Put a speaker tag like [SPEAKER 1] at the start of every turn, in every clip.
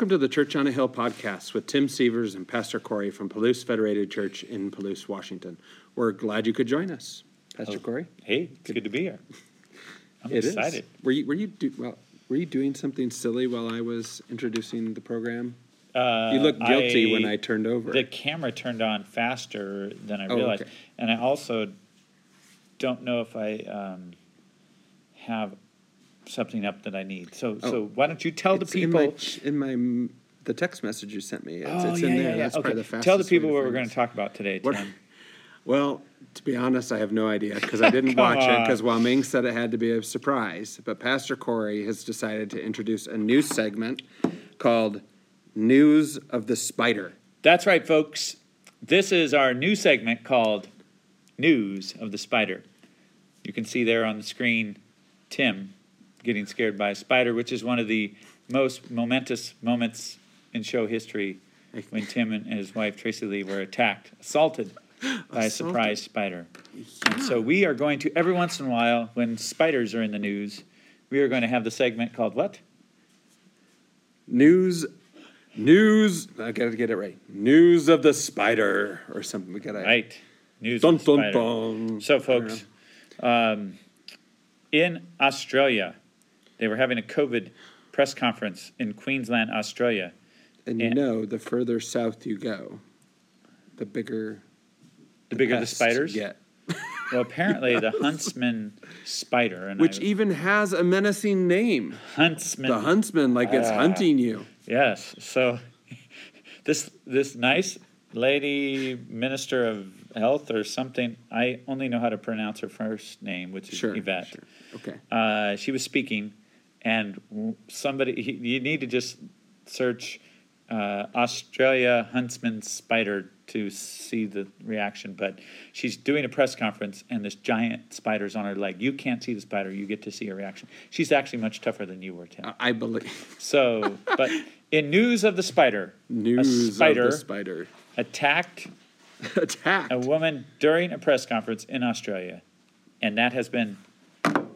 [SPEAKER 1] Welcome to the Church on a Hill podcast with Tim Severs and Pastor Corey from Palouse Federated Church in Palouse, Washington. We're glad you could join us, Pastor
[SPEAKER 2] Oh,
[SPEAKER 1] Corey.
[SPEAKER 2] Hey, it's good to be here. I'm
[SPEAKER 1] It is.
[SPEAKER 2] excited.
[SPEAKER 1] Were you were you do, well? Were you doing something silly while I was introducing the program?
[SPEAKER 2] Uh,
[SPEAKER 1] You looked guilty when I turned over.
[SPEAKER 2] The camera turned on faster than I
[SPEAKER 1] Oh,
[SPEAKER 2] realized,
[SPEAKER 1] okay.
[SPEAKER 2] and I also don't know if I um, have something up that I need. So,
[SPEAKER 1] Oh.
[SPEAKER 2] so why don't you tell
[SPEAKER 1] It's
[SPEAKER 2] the
[SPEAKER 1] in
[SPEAKER 2] people?
[SPEAKER 1] my, ch- in my m- the text message you sent me. It's,
[SPEAKER 2] oh
[SPEAKER 1] it's
[SPEAKER 2] yeah,
[SPEAKER 1] in
[SPEAKER 2] yeah,
[SPEAKER 1] there.
[SPEAKER 2] yeah.
[SPEAKER 1] That's
[SPEAKER 2] okay.
[SPEAKER 1] probably the
[SPEAKER 2] tell the
[SPEAKER 1] fastest way
[SPEAKER 2] people
[SPEAKER 1] to
[SPEAKER 2] what we're
[SPEAKER 1] find
[SPEAKER 2] going
[SPEAKER 1] us.
[SPEAKER 2] to talk about today,
[SPEAKER 1] What-
[SPEAKER 2] Tim.
[SPEAKER 1] Well, to be honest, I have no idea because I didn't watch it.
[SPEAKER 2] on.
[SPEAKER 1] Because while Ming said it had to be a surprise, but Pastor Corey has decided to introduce a new segment called "News of the Spider."
[SPEAKER 2] That's right, folks. This is our new segment called News of the Spider. You can see there on the screen Tim getting scared by a spider, which is one of the most momentous moments in show history when Tim and his wife Tracy Lee were attacked, assaulted by a
[SPEAKER 1] Assaulted.
[SPEAKER 2] surprise spider. And so we are going to, every once in a while, when spiders are in the news, we are going to have the segment called what?
[SPEAKER 1] News, news. I gotta get it right. News of the Spider or something. We gotta.
[SPEAKER 2] Right. News
[SPEAKER 1] Dun
[SPEAKER 2] of the
[SPEAKER 1] dun
[SPEAKER 2] spider.
[SPEAKER 1] dun.
[SPEAKER 2] So, folks, um, in Australia, they were having a COVID press conference in Queensland, Australia.
[SPEAKER 1] And you
[SPEAKER 2] Yeah.
[SPEAKER 1] know, the further south you go, the bigger
[SPEAKER 2] The bigger the
[SPEAKER 1] pests
[SPEAKER 2] spiders.
[SPEAKER 1] get.
[SPEAKER 2] Well, apparently the huntsman spider, and
[SPEAKER 1] Which
[SPEAKER 2] I-
[SPEAKER 1] even has a menacing name.
[SPEAKER 2] huntsman,
[SPEAKER 1] The huntsman, like it's
[SPEAKER 2] Ah.
[SPEAKER 1] hunting you.
[SPEAKER 2] yes. So, this this nice lady minister of health or something. I only know how to pronounce her first name, which is
[SPEAKER 1] Sure.
[SPEAKER 2] Yvette.
[SPEAKER 1] sure. Okay.
[SPEAKER 2] uh, she was speaking, and w- somebody he, you need to just search uh, Australia huntsman spider to see the reaction. But she's doing a press conference, and this giant spider's on her leg. You can't see the spider; you get to see her reaction. She's actually much tougher than you were, Tim.
[SPEAKER 1] I- I believe.
[SPEAKER 2] So, but in news of the spider,
[SPEAKER 1] News
[SPEAKER 2] a spider
[SPEAKER 1] of the spider.
[SPEAKER 2] attacked
[SPEAKER 1] Attacked.
[SPEAKER 2] a woman during a press conference in Australia, and that has been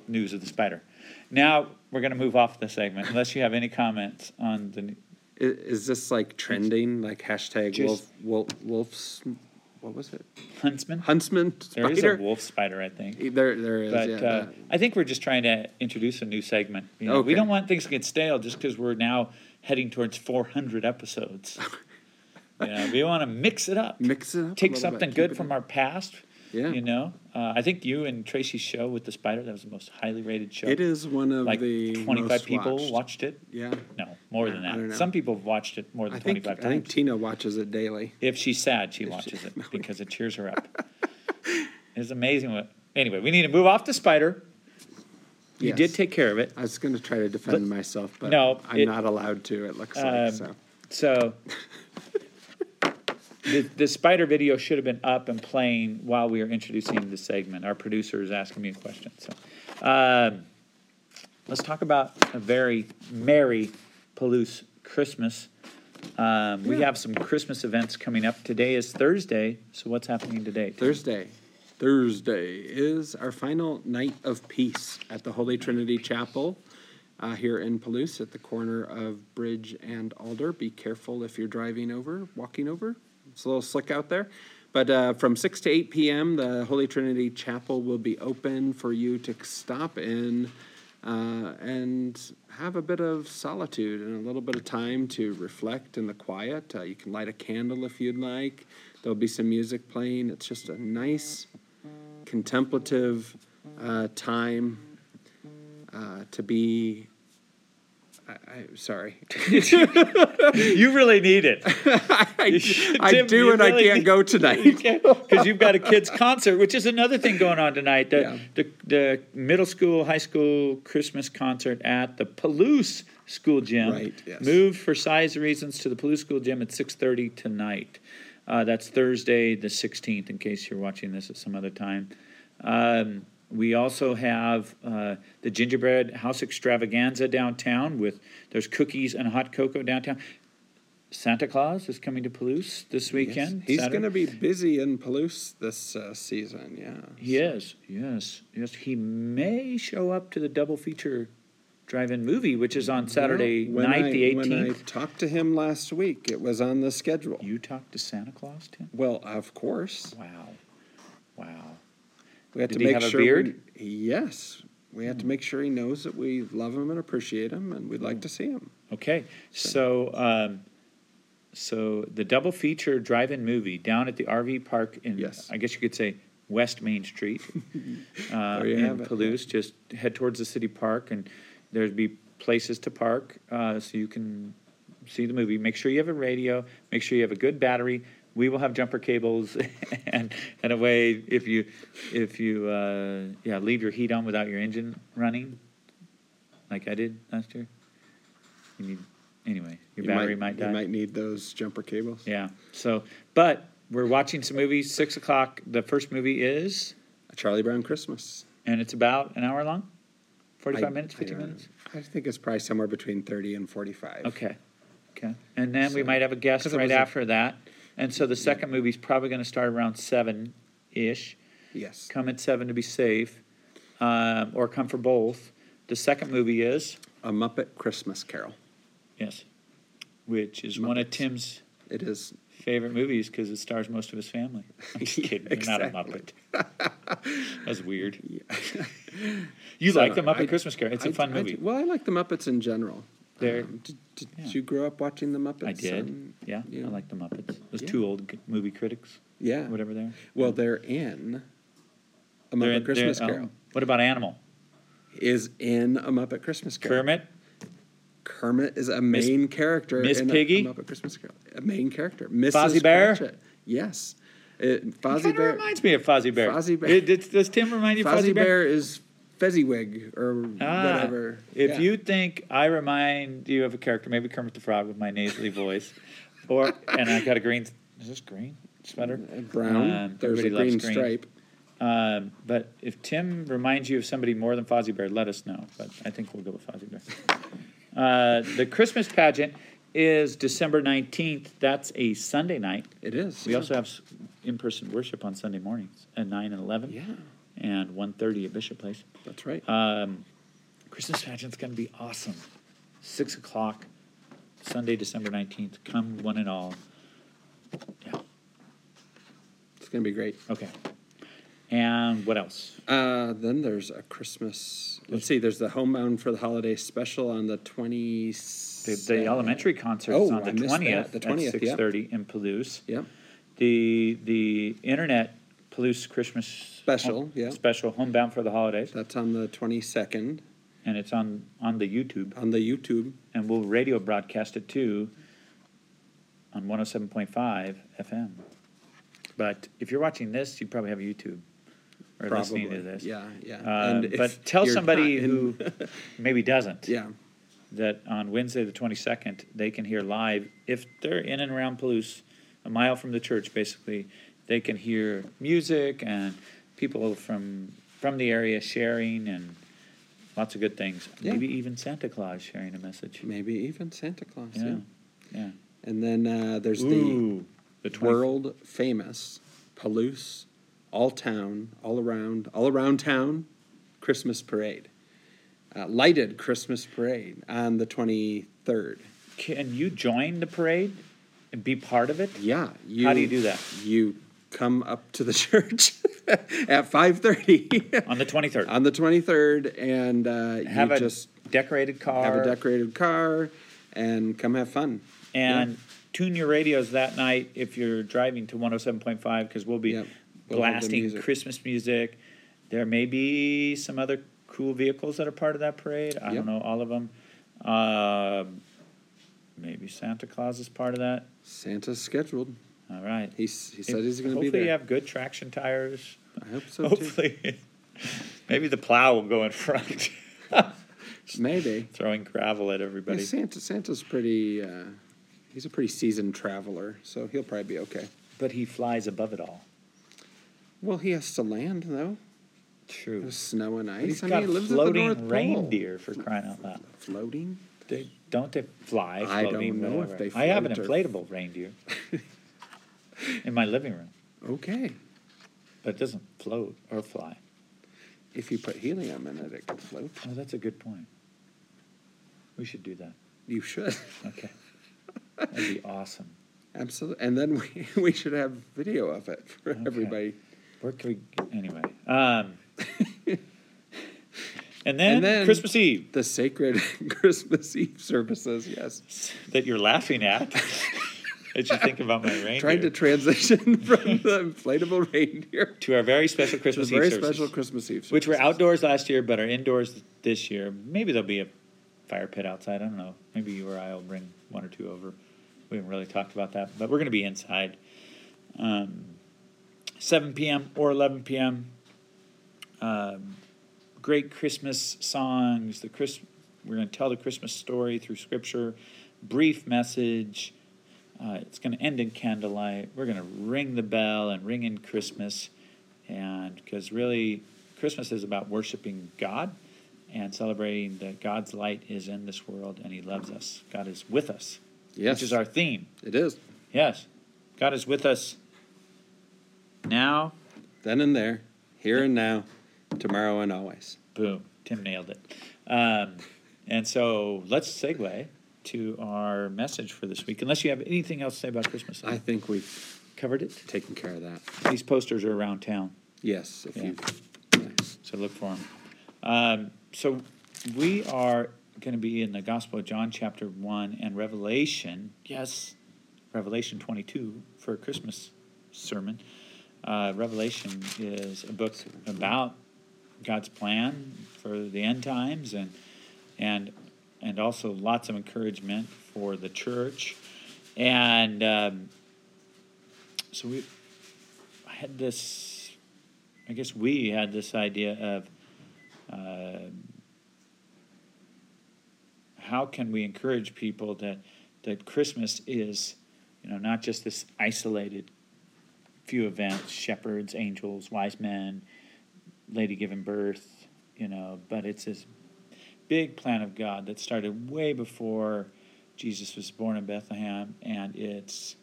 [SPEAKER 2] news of the spider. Now we're going to move off the segment, unless you have any comments on the. n-
[SPEAKER 1] I- is this like trending? Like hashtag wolf,
[SPEAKER 2] Just-
[SPEAKER 1] wolf, wolf's, what was it?
[SPEAKER 2] Huntsman.
[SPEAKER 1] Huntsman
[SPEAKER 2] There
[SPEAKER 1] spider?
[SPEAKER 2] is a wolf spider, I think.
[SPEAKER 1] There, there is.
[SPEAKER 2] But
[SPEAKER 1] yeah,
[SPEAKER 2] uh,
[SPEAKER 1] that-
[SPEAKER 2] I think we're just trying to introduce a new segment. You know,
[SPEAKER 1] Okay.
[SPEAKER 2] We don't want things to get stale just because we're now heading towards 400 episodes. you know, we want to mix it up.
[SPEAKER 1] Mix it up. a
[SPEAKER 2] Take
[SPEAKER 1] little
[SPEAKER 2] something
[SPEAKER 1] bit, keep
[SPEAKER 2] good
[SPEAKER 1] it
[SPEAKER 2] from
[SPEAKER 1] up.
[SPEAKER 2] our past.
[SPEAKER 1] Yeah.
[SPEAKER 2] You know, uh, I think you and Tracy's show with the spider that was the most highly rated show.
[SPEAKER 1] It is one of
[SPEAKER 2] like
[SPEAKER 1] the
[SPEAKER 2] 25
[SPEAKER 1] most
[SPEAKER 2] people
[SPEAKER 1] watched.
[SPEAKER 2] watched it.
[SPEAKER 1] Yeah.
[SPEAKER 2] No, more than
[SPEAKER 1] I don't know.
[SPEAKER 2] that. Some people have watched it more than
[SPEAKER 1] I think,
[SPEAKER 2] 25
[SPEAKER 1] I
[SPEAKER 2] times.
[SPEAKER 1] think Tina watches it daily.
[SPEAKER 2] if she's sad, she watches it because it cheers her up. it's amazing what. Anyway, we need to move off the spider. You
[SPEAKER 1] Yes.
[SPEAKER 2] did take care of it.
[SPEAKER 1] I was going to try to defend myself, but
[SPEAKER 2] No,
[SPEAKER 1] I'm
[SPEAKER 2] it-
[SPEAKER 1] not allowed to. It looks
[SPEAKER 2] Um,
[SPEAKER 1] like so.
[SPEAKER 2] So the, the spider video should have been up and playing while we were introducing the segment. Our producer is asking me a question. So um, let's talk about a very merry Palouse Christmas. Um, We
[SPEAKER 1] Yeah.
[SPEAKER 2] have some Christmas events coming up. Today is Thursday, so what's happening today? Tim?
[SPEAKER 1] Thursday. Thursday is our final night of peace at the Holy Trinity Chapel uh, here in Palouse at the corner of Bridge and Alder. Be careful if you're driving over, walking over. It's a little slick out there. But uh, from 6 to 8 p.m., the Holy Trinity Chapel will be open for you to stop in uh, and have a bit of solitude and a little bit of time to reflect in the quiet. Uh, you can light a candle if you'd like. There'll be some music playing. It's just a nice, contemplative uh, time uh, to be. I, I, sorry,
[SPEAKER 2] You really need it.
[SPEAKER 1] I, I
[SPEAKER 2] Tim,
[SPEAKER 1] do,
[SPEAKER 2] you
[SPEAKER 1] and I
[SPEAKER 2] really
[SPEAKER 1] can't
[SPEAKER 2] need-
[SPEAKER 1] go tonight.
[SPEAKER 2] because you've got a kids concert, which is another thing going on tonight. The,
[SPEAKER 1] Yeah.
[SPEAKER 2] the the middle school, high school Christmas concert at the Palouse School Gym
[SPEAKER 1] Right, yes.
[SPEAKER 2] moved for size reasons to the Palouse School Gym at six thirty tonight. Uh, that's Thursday the sixteenth. In case you're watching this at some other time. Um, we also have uh, the gingerbread house extravaganza downtown with there's cookies and hot cocoa downtown. Santa Claus is coming to Palouse this weekend.
[SPEAKER 1] He's
[SPEAKER 2] Saturday.
[SPEAKER 1] going to be busy in Palouse this uh, season. Yeah.
[SPEAKER 2] He is, yes, yes. He may show up to the double feature drive-in movie, which is on Saturday
[SPEAKER 1] When I-
[SPEAKER 2] night, the
[SPEAKER 1] When I
[SPEAKER 2] eighteenth.
[SPEAKER 1] talked to him last week, it was on the schedule.
[SPEAKER 2] You talked to Santa Claus, Tim?
[SPEAKER 1] Well, of course.
[SPEAKER 2] Wow, wow.
[SPEAKER 1] We had
[SPEAKER 2] Did
[SPEAKER 1] to
[SPEAKER 2] he
[SPEAKER 1] make
[SPEAKER 2] have a
[SPEAKER 1] sure we-
[SPEAKER 2] beard?
[SPEAKER 1] yes. We had to make sure he knows that we love him and appreciate him and we'd like to see him.
[SPEAKER 2] Okay, so um, so the double feature drive-in movie down at the RV park in
[SPEAKER 1] Yes.
[SPEAKER 2] I guess you could say West Main Street uh,
[SPEAKER 1] There you
[SPEAKER 2] in
[SPEAKER 1] have it, yeah.
[SPEAKER 2] Palouse. Just head towards the city park, and there'd be places to park uh, so you can see the movie. Make sure you have a radio. Make sure you have a good battery. We will have jumper cables and and a way if you if you uh, yeah leave your heat on without your engine running, like I did last year. You need anyway. Your
[SPEAKER 1] You
[SPEAKER 2] battery might, die.
[SPEAKER 1] You might need those jumper cables.
[SPEAKER 2] Yeah. So, but we're watching some movies. Six o'clock. The first movie is,
[SPEAKER 1] A Charlie Brown Christmas.
[SPEAKER 2] and it's about an hour long, forty-five
[SPEAKER 1] I-
[SPEAKER 2] minutes,
[SPEAKER 1] I
[SPEAKER 2] fifty
[SPEAKER 1] don't-
[SPEAKER 2] minutes.
[SPEAKER 1] I think it's probably somewhere between 30 and 45.
[SPEAKER 2] Okay. Okay. And then we
[SPEAKER 1] So-
[SPEAKER 2] might have a guest
[SPEAKER 1] 'cause it
[SPEAKER 2] right
[SPEAKER 1] was a-
[SPEAKER 2] after that. And so the second movie's probably going to start around seven ish.
[SPEAKER 1] Yes.
[SPEAKER 2] Come at seven to be safe, um, or come for both. The second movie is
[SPEAKER 1] A Muppet Christmas Carol.
[SPEAKER 2] yes, which is one of
[SPEAKER 1] Muppets.
[SPEAKER 2] Tim's
[SPEAKER 1] It is
[SPEAKER 2] favorite movies because it stars most of his family. I'm just kidding. You're not a Muppet. That's weird. you
[SPEAKER 1] So
[SPEAKER 2] like the Muppet
[SPEAKER 1] I-
[SPEAKER 2] Christmas Carol? It's a
[SPEAKER 1] I-
[SPEAKER 2] fun
[SPEAKER 1] I-
[SPEAKER 2] movie.
[SPEAKER 1] well, I like the Muppets in general.
[SPEAKER 2] They're-
[SPEAKER 1] Um, did did
[SPEAKER 2] yeah.
[SPEAKER 1] you grow up watching the Muppets?
[SPEAKER 2] I, did.
[SPEAKER 1] and-
[SPEAKER 2] Yeah,
[SPEAKER 1] yeah.
[SPEAKER 2] I like the Muppets. Those
[SPEAKER 1] Yeah.
[SPEAKER 2] two old g- movie critics,
[SPEAKER 1] yeah.
[SPEAKER 2] whatever they're.
[SPEAKER 1] Well, they're in a
[SPEAKER 2] They're
[SPEAKER 1] Muppet
[SPEAKER 2] in- they're-
[SPEAKER 1] Christmas
[SPEAKER 2] oh,
[SPEAKER 1] Carol.
[SPEAKER 2] What about Animal?
[SPEAKER 1] Is in a Muppet Christmas Carol.
[SPEAKER 2] Kermit?
[SPEAKER 1] Kermit is a main character.
[SPEAKER 2] Miss
[SPEAKER 1] in a-
[SPEAKER 2] Piggy?
[SPEAKER 1] A, Muppet Christmas Carol. A main character. Mrs.
[SPEAKER 2] Fozzie Bear?
[SPEAKER 1] Cratchit. Yes. It,
[SPEAKER 2] It
[SPEAKER 1] Fozzie
[SPEAKER 2] kind of
[SPEAKER 1] Bear.
[SPEAKER 2] reminds me of Fozzie Bear.
[SPEAKER 1] Fozzie Bear.
[SPEAKER 2] It- it's- does Tim remind you of
[SPEAKER 1] Fozzie
[SPEAKER 2] Fozzie Bear?
[SPEAKER 1] Bear is Fezziwig or
[SPEAKER 2] Ah,
[SPEAKER 1] whatever.
[SPEAKER 2] If
[SPEAKER 1] Yeah.
[SPEAKER 2] you think I remind you of a character, maybe Kermit the Frog with my nasally voice, or and I got a green. Is this green sweater?
[SPEAKER 1] Uh, brown,
[SPEAKER 2] Um,
[SPEAKER 1] there's a
[SPEAKER 2] everybody
[SPEAKER 1] green
[SPEAKER 2] loves green.
[SPEAKER 1] stripe.
[SPEAKER 2] Um, but if Tim reminds you of somebody more than Fozzie Bear, let us know. But I think we'll go with Fozzie Bear. Uh, the Christmas pageant is December 19th. That's a Sunday night.
[SPEAKER 1] It is.
[SPEAKER 2] We also have s- in-person worship on Sunday mornings at 9 and 11
[SPEAKER 1] Yeah,
[SPEAKER 2] and 1.30 at Bishop Place.
[SPEAKER 1] that's right.
[SPEAKER 2] Um, Christmas pageant's going to be awesome. 6 o'clock, Sunday, December 19th. Come one and all. Yeah,
[SPEAKER 1] It's gonna be great.
[SPEAKER 2] okay. And what else?
[SPEAKER 1] Uh, then there's a Christmas. Let's see. There's the Homebound for the Holiday special on the twenty.
[SPEAKER 2] The, the elementary concert is
[SPEAKER 1] Oh,
[SPEAKER 2] on
[SPEAKER 1] I
[SPEAKER 2] the
[SPEAKER 1] missed that.
[SPEAKER 2] twentieth.
[SPEAKER 1] The 20th,
[SPEAKER 2] Six
[SPEAKER 1] yeah.
[SPEAKER 2] thirty in Palouse.
[SPEAKER 1] Yep.
[SPEAKER 2] The the internet Palouse Christmas
[SPEAKER 1] Special, yeah.
[SPEAKER 2] Special homebound for the holidays,
[SPEAKER 1] That's on the twenty second
[SPEAKER 2] and it's on on the YouTube,
[SPEAKER 1] on the YouTube.
[SPEAKER 2] and we'll radio broadcast it too. On one hundred seven point five FM. But if you're watching this, you probably have YouTube or listening to this.
[SPEAKER 1] Yeah, yeah.
[SPEAKER 2] Uh,
[SPEAKER 1] if
[SPEAKER 2] but tell
[SPEAKER 1] you're
[SPEAKER 2] somebody
[SPEAKER 1] not in-
[SPEAKER 2] who maybe doesn't.
[SPEAKER 1] Yeah,
[SPEAKER 2] that on Wednesday, the 22nd, they can hear live, if they're in and around Palouse, a mile from the church, basically, they can hear music and people from from the area sharing and lots of good things.
[SPEAKER 1] Yeah.
[SPEAKER 2] Maybe even Santa Claus sharing a message.
[SPEAKER 1] maybe even Santa Claus. Yeah.
[SPEAKER 2] Yeah, yeah.
[SPEAKER 1] And then uh, there's
[SPEAKER 2] Ooh, the
[SPEAKER 1] the
[SPEAKER 2] 20
[SPEAKER 1] world famous Palouse, all town, all around, all around town, Christmas parade, uh, lighted Christmas parade on the twenty third.
[SPEAKER 2] Can you join the parade and be part of it?
[SPEAKER 1] Yeah. You,
[SPEAKER 2] How do you do that?
[SPEAKER 1] You come up to the church at five thirty
[SPEAKER 2] On the 23rd.
[SPEAKER 1] on the twenty third, and uh,
[SPEAKER 2] have
[SPEAKER 1] you
[SPEAKER 2] a
[SPEAKER 1] just
[SPEAKER 2] decorated car.
[SPEAKER 1] have a decorated car and come have fun.
[SPEAKER 2] and tune your radios that night if you're driving to 107.5 because we'll be
[SPEAKER 1] Yep. We'll have the
[SPEAKER 2] blasting
[SPEAKER 1] music.
[SPEAKER 2] Christmas music. There may be some other cool vehicles that are part of that parade. I
[SPEAKER 1] Yep.
[SPEAKER 2] don't know all of them. Um maybe Santa Claus is part of that.
[SPEAKER 1] Santa's scheduled.
[SPEAKER 2] All right.
[SPEAKER 1] He's, he said he's going to be
[SPEAKER 2] Hopefully
[SPEAKER 1] there.
[SPEAKER 2] you have good traction tires.
[SPEAKER 1] I hope so too.
[SPEAKER 2] Hopefully, maybe the plow will go in front,
[SPEAKER 1] Maybe.
[SPEAKER 2] throwing gravel at
[SPEAKER 1] Yeah,
[SPEAKER 2] everybody.
[SPEAKER 1] Santa Santa's pretty. Uh, he's a pretty seasoned traveler, so he'll probably be okay.
[SPEAKER 2] But he flies above it all.
[SPEAKER 1] Well, he has to land though.
[SPEAKER 2] True.
[SPEAKER 1] With snow and ice.
[SPEAKER 2] He's
[SPEAKER 1] I
[SPEAKER 2] got
[SPEAKER 1] mean, he lives
[SPEAKER 2] floating
[SPEAKER 1] at the North
[SPEAKER 2] reindeer for crying out loud.
[SPEAKER 1] Pole. Floating.
[SPEAKER 2] They don't they fly?
[SPEAKER 1] I don't
[SPEAKER 2] floating,
[SPEAKER 1] know if
[SPEAKER 2] whatever?
[SPEAKER 1] they
[SPEAKER 2] I have an
[SPEAKER 1] float or-
[SPEAKER 2] inflatable reindeer in my living room,
[SPEAKER 1] Okay.
[SPEAKER 2] but it doesn't float or fly.
[SPEAKER 1] If you put helium in it, it could float.
[SPEAKER 2] Oh, that's a good point. We should do that.
[SPEAKER 1] You should.
[SPEAKER 2] Okay. That'd be awesome.
[SPEAKER 1] Absolutely. And then we, we should have video of it for
[SPEAKER 2] Okay.
[SPEAKER 1] everybody.
[SPEAKER 2] Where can we? Anyway. Um, and, then
[SPEAKER 1] And then-
[SPEAKER 2] Christmas Eve
[SPEAKER 1] The sacred Christmas Eve services, yes.
[SPEAKER 2] that you're laughing at as you think about my reindeer.
[SPEAKER 1] Trying to transition from the inflatable reindeer
[SPEAKER 2] to our very special
[SPEAKER 1] to the
[SPEAKER 2] Christmas Eve
[SPEAKER 1] very
[SPEAKER 2] services,
[SPEAKER 1] special Christmas Eve services.
[SPEAKER 2] which were outdoors last year but are indoors this year. Maybe there'll be a fire pit outside. I don't know. Maybe you or I will bring one or two over. We haven't really talked about that, but we're going to be inside. Um, 7 p.m. or 11 p.m. Um, great Christmas songs. The Chris, we're going to tell the Christmas story through Scripture. Brief message. Uh, it's going to end in candlelight. We're going to ring the bell and ring in Christmas, and because really, Christmas is about worshiping God and celebrating that God's light is in this world and He loves us. God is with us,
[SPEAKER 1] Yes,
[SPEAKER 2] which is our theme.
[SPEAKER 1] it is.
[SPEAKER 2] Yes, God is with us now
[SPEAKER 1] Then and there, here and now, tomorrow and always.
[SPEAKER 2] Boom. Tim nailed it. Um, and so let's segue to our message for this week. Unless you have anything else to say about Christmas,
[SPEAKER 1] I
[SPEAKER 2] I've
[SPEAKER 1] think we've
[SPEAKER 2] covered it.
[SPEAKER 1] taken care of that.
[SPEAKER 2] These posters are around town,
[SPEAKER 1] Yes, if
[SPEAKER 2] Yeah.
[SPEAKER 1] you
[SPEAKER 2] so look for them. Um, so we are going to be in the Gospel of John, chapter 1, and Revelation. Yes, Revelation 22 for a Christmas sermon. Uh, Revelation is a book about God's plan for the end times and and and also lots of encouragement for the church. And um, so we I had this. I guess we had this idea of um how can we encourage people that that Christmas is, you know, not just this isolated few events, shepherds, angels, wise men, lady giving birth, you know, but it's this big plan of God that started way before Jesus was born in Bethlehem, and its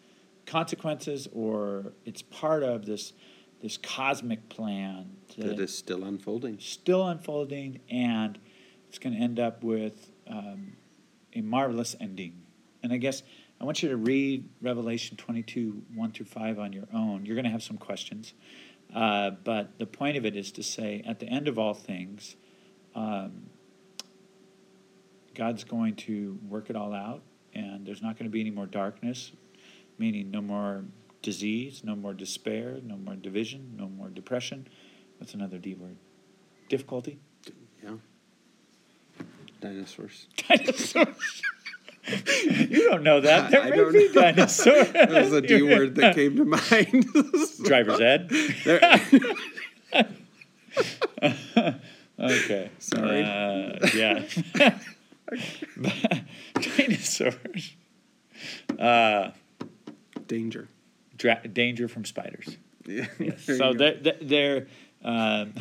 [SPEAKER 2] consequences or it's part of this this cosmic plan
[SPEAKER 1] that is still unfolding.
[SPEAKER 2] still unfolding, and it's going to end up with um, a marvelous ending. And I guess I want you to read Revelation 22 1 through 5 on your own. You're going to have some questions, uh, but the point of it is to say at the end of all things, um, God's going to work it all out, and there's not going to be any more darkness, meaning no more disease, no more despair, no more division, no more depression. That's another D word difficulty.
[SPEAKER 1] Yeah. Dinosaurs.
[SPEAKER 2] Dinosaurs. you don't know that. There
[SPEAKER 1] I
[SPEAKER 2] may
[SPEAKER 1] don't
[SPEAKER 2] be
[SPEAKER 1] know.
[SPEAKER 2] dinosaurs.
[SPEAKER 1] That was a D word that came to mind.
[SPEAKER 2] Driver's ed.
[SPEAKER 1] There-
[SPEAKER 2] Okay.
[SPEAKER 1] Sorry.
[SPEAKER 2] Uh, yeah. dinosaurs. Uh,
[SPEAKER 1] Danger.
[SPEAKER 2] dra- danger from spiders.
[SPEAKER 1] Yeah. There
[SPEAKER 2] so
[SPEAKER 1] you go.
[SPEAKER 2] they're, they're, um,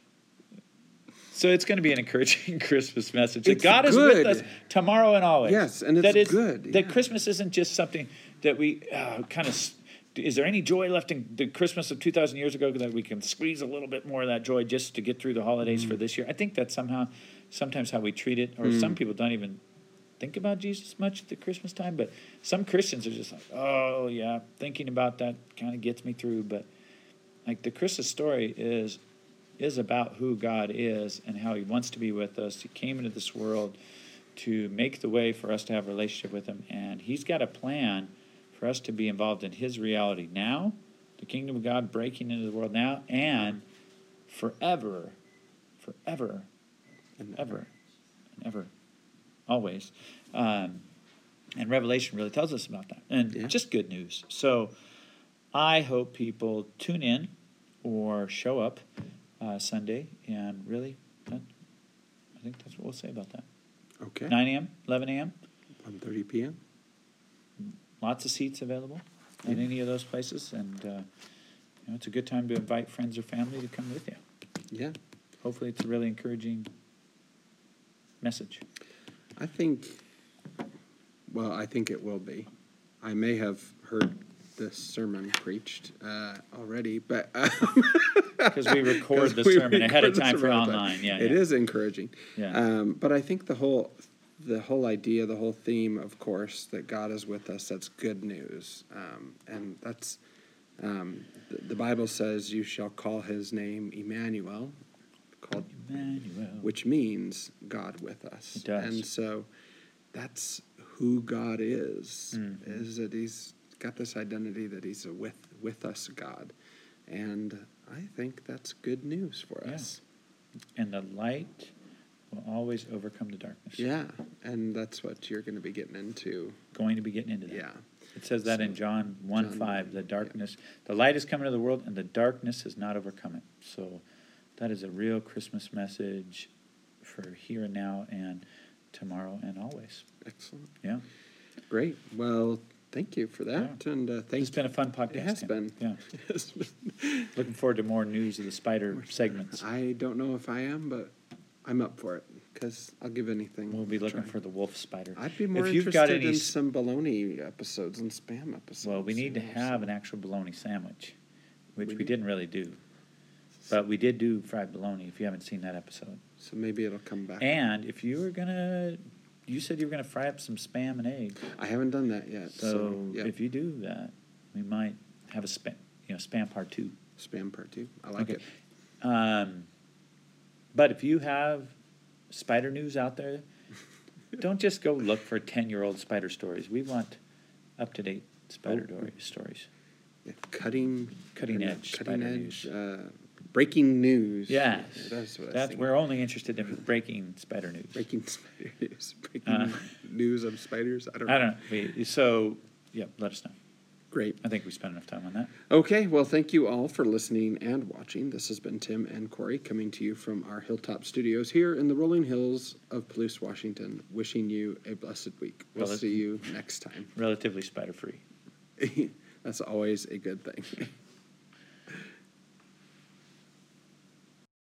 [SPEAKER 2] so it's going to be an encouraging Christmas message that
[SPEAKER 1] It's
[SPEAKER 2] God is with
[SPEAKER 1] good.
[SPEAKER 2] us tomorrow and always.
[SPEAKER 1] Yes, and it's
[SPEAKER 2] that is,
[SPEAKER 1] good,
[SPEAKER 2] That
[SPEAKER 1] yeah.
[SPEAKER 2] Christmas isn't just something that we uh, kind of. Is there any joy left in the Christmas of 2,000 years ago that we can squeeze a little bit more of that joy just to get through the holidays
[SPEAKER 1] Mm.
[SPEAKER 2] for this year? I think that's somehow, sometimes how we treat it, or some people don't even think about Jesus much at the Christmas time, but some Christians are just like, oh, yeah, thinking about that kind of gets me through. But like the Christmas story is is about who God is and how He wants to be with us. He came into this world to make the way for us to have a relationship with Him, and He's got a plan for us to be involved in His reality now, the kingdom of God breaking into the world now, and forever, forever,
[SPEAKER 1] And
[SPEAKER 2] ever, and ever, always. Um, and Revelation really tells us about that, and
[SPEAKER 1] Yeah.
[SPEAKER 2] just good news. So. I hope people tune in or show up uh, Sunday, and really, that, I think that's what we'll say about that.
[SPEAKER 1] Okay.
[SPEAKER 2] 9 a.m., 11 a.m.,
[SPEAKER 1] 1:30 p.m.
[SPEAKER 2] lots of seats available at
[SPEAKER 1] Yeah.
[SPEAKER 2] any of those places, and uh, you know, it's a good time to invite friends or family to come with you.
[SPEAKER 1] Yeah.
[SPEAKER 2] Hopefully, it's a really encouraging message.
[SPEAKER 1] I think, well, I think it will be. I may have heard this sermon preached uh, already, but uh,
[SPEAKER 2] Because we record
[SPEAKER 1] 'cause
[SPEAKER 2] the
[SPEAKER 1] we
[SPEAKER 2] sermon ahead
[SPEAKER 1] record
[SPEAKER 2] of
[SPEAKER 1] the
[SPEAKER 2] time for
[SPEAKER 1] sermon ahead of
[SPEAKER 2] online. Yeah,
[SPEAKER 1] it
[SPEAKER 2] yeah.
[SPEAKER 1] is encouraging.
[SPEAKER 2] Yeah.
[SPEAKER 1] Um, but I think the whole the whole idea, the whole theme, of course, that God is with us. That's good news, um, and that's um, the, the Bible says, "You shall call His name Emmanuel," called,
[SPEAKER 2] Emmanuel.
[SPEAKER 1] Uh, which means God with us.
[SPEAKER 2] It does.
[SPEAKER 1] And so, that's who God is.
[SPEAKER 2] Mhm.
[SPEAKER 1] Is that He's got this identity that He's a with with us God, and I think that's good news for
[SPEAKER 2] Yeah.
[SPEAKER 1] us.
[SPEAKER 2] And the light will always overcome the darkness.
[SPEAKER 1] Yeah, and that's what you're going to be getting into.
[SPEAKER 2] Going to be getting into that.
[SPEAKER 1] Yeah,
[SPEAKER 2] It says that in
[SPEAKER 1] So,
[SPEAKER 2] John 1
[SPEAKER 1] John
[SPEAKER 2] 5.
[SPEAKER 1] 1,
[SPEAKER 2] The
[SPEAKER 1] yeah.
[SPEAKER 2] darkness, the light is coming to the world, and the darkness has not overcome it. So that is a real Christmas message for here and now and tomorrow and always.
[SPEAKER 1] excellent.
[SPEAKER 2] Yeah.
[SPEAKER 1] Great. Well, thank you for that, and uh, thank
[SPEAKER 2] It's been a fun podcast.
[SPEAKER 1] has
[SPEAKER 2] Tim.
[SPEAKER 1] been.
[SPEAKER 2] Yeah. Looking forward to more news of the spider segments.
[SPEAKER 1] I don't know if I am, but I'm up for it because I'll give anything.
[SPEAKER 2] We'll be
[SPEAKER 1] a
[SPEAKER 2] looking
[SPEAKER 1] try.
[SPEAKER 2] for the wolf spider.
[SPEAKER 1] I'd be more
[SPEAKER 2] if you've
[SPEAKER 1] interested
[SPEAKER 2] got any
[SPEAKER 1] in
[SPEAKER 2] s-
[SPEAKER 1] some baloney episodes and spam episodes.
[SPEAKER 2] Well, we need to
[SPEAKER 1] you know,
[SPEAKER 2] have
[SPEAKER 1] so-
[SPEAKER 2] an actual bologna sandwich, which
[SPEAKER 1] We
[SPEAKER 2] we,
[SPEAKER 1] do.
[SPEAKER 2] didn't really do. But we did do fried bologna if you haven't seen that episode.
[SPEAKER 1] So maybe it'll come back.
[SPEAKER 2] And if you were going to, you said you were going to fry up some spam and egg.
[SPEAKER 1] I haven't done that yet. So,
[SPEAKER 2] So
[SPEAKER 1] yeah,
[SPEAKER 2] if you do that, we might have a spam, you know, spam part two.
[SPEAKER 1] spam part two. I like it.
[SPEAKER 2] Um, but if you have spider news out there, don't just go look for 10 year old spider stories. We want up to date spider
[SPEAKER 1] Oh.
[SPEAKER 2] dory stories.
[SPEAKER 1] Yeah, cutting,
[SPEAKER 2] Cutting
[SPEAKER 1] or not
[SPEAKER 2] edge
[SPEAKER 1] cutting
[SPEAKER 2] spider
[SPEAKER 1] edge,
[SPEAKER 2] news.
[SPEAKER 1] uh, breaking news.
[SPEAKER 2] Yes.
[SPEAKER 1] that's what I
[SPEAKER 2] That's,
[SPEAKER 1] think.
[SPEAKER 2] we're only interested in breaking spider news.
[SPEAKER 1] breaking spider news. Breaking
[SPEAKER 2] Uh.
[SPEAKER 1] news of spiders. I don't.
[SPEAKER 2] I don't know. We, so, yeah, let us know.
[SPEAKER 1] Great.
[SPEAKER 2] I think we spent enough time on that.
[SPEAKER 1] Okay, well, thank you all for listening and watching. This has been Tim and Corey coming to you from our hilltop studios here in the rolling hills of Palouse, Washington, wishing you a blessed week. We'll
[SPEAKER 2] Well, that's-
[SPEAKER 1] see you next time.
[SPEAKER 2] Relatively spider free.
[SPEAKER 1] That's always a good thing.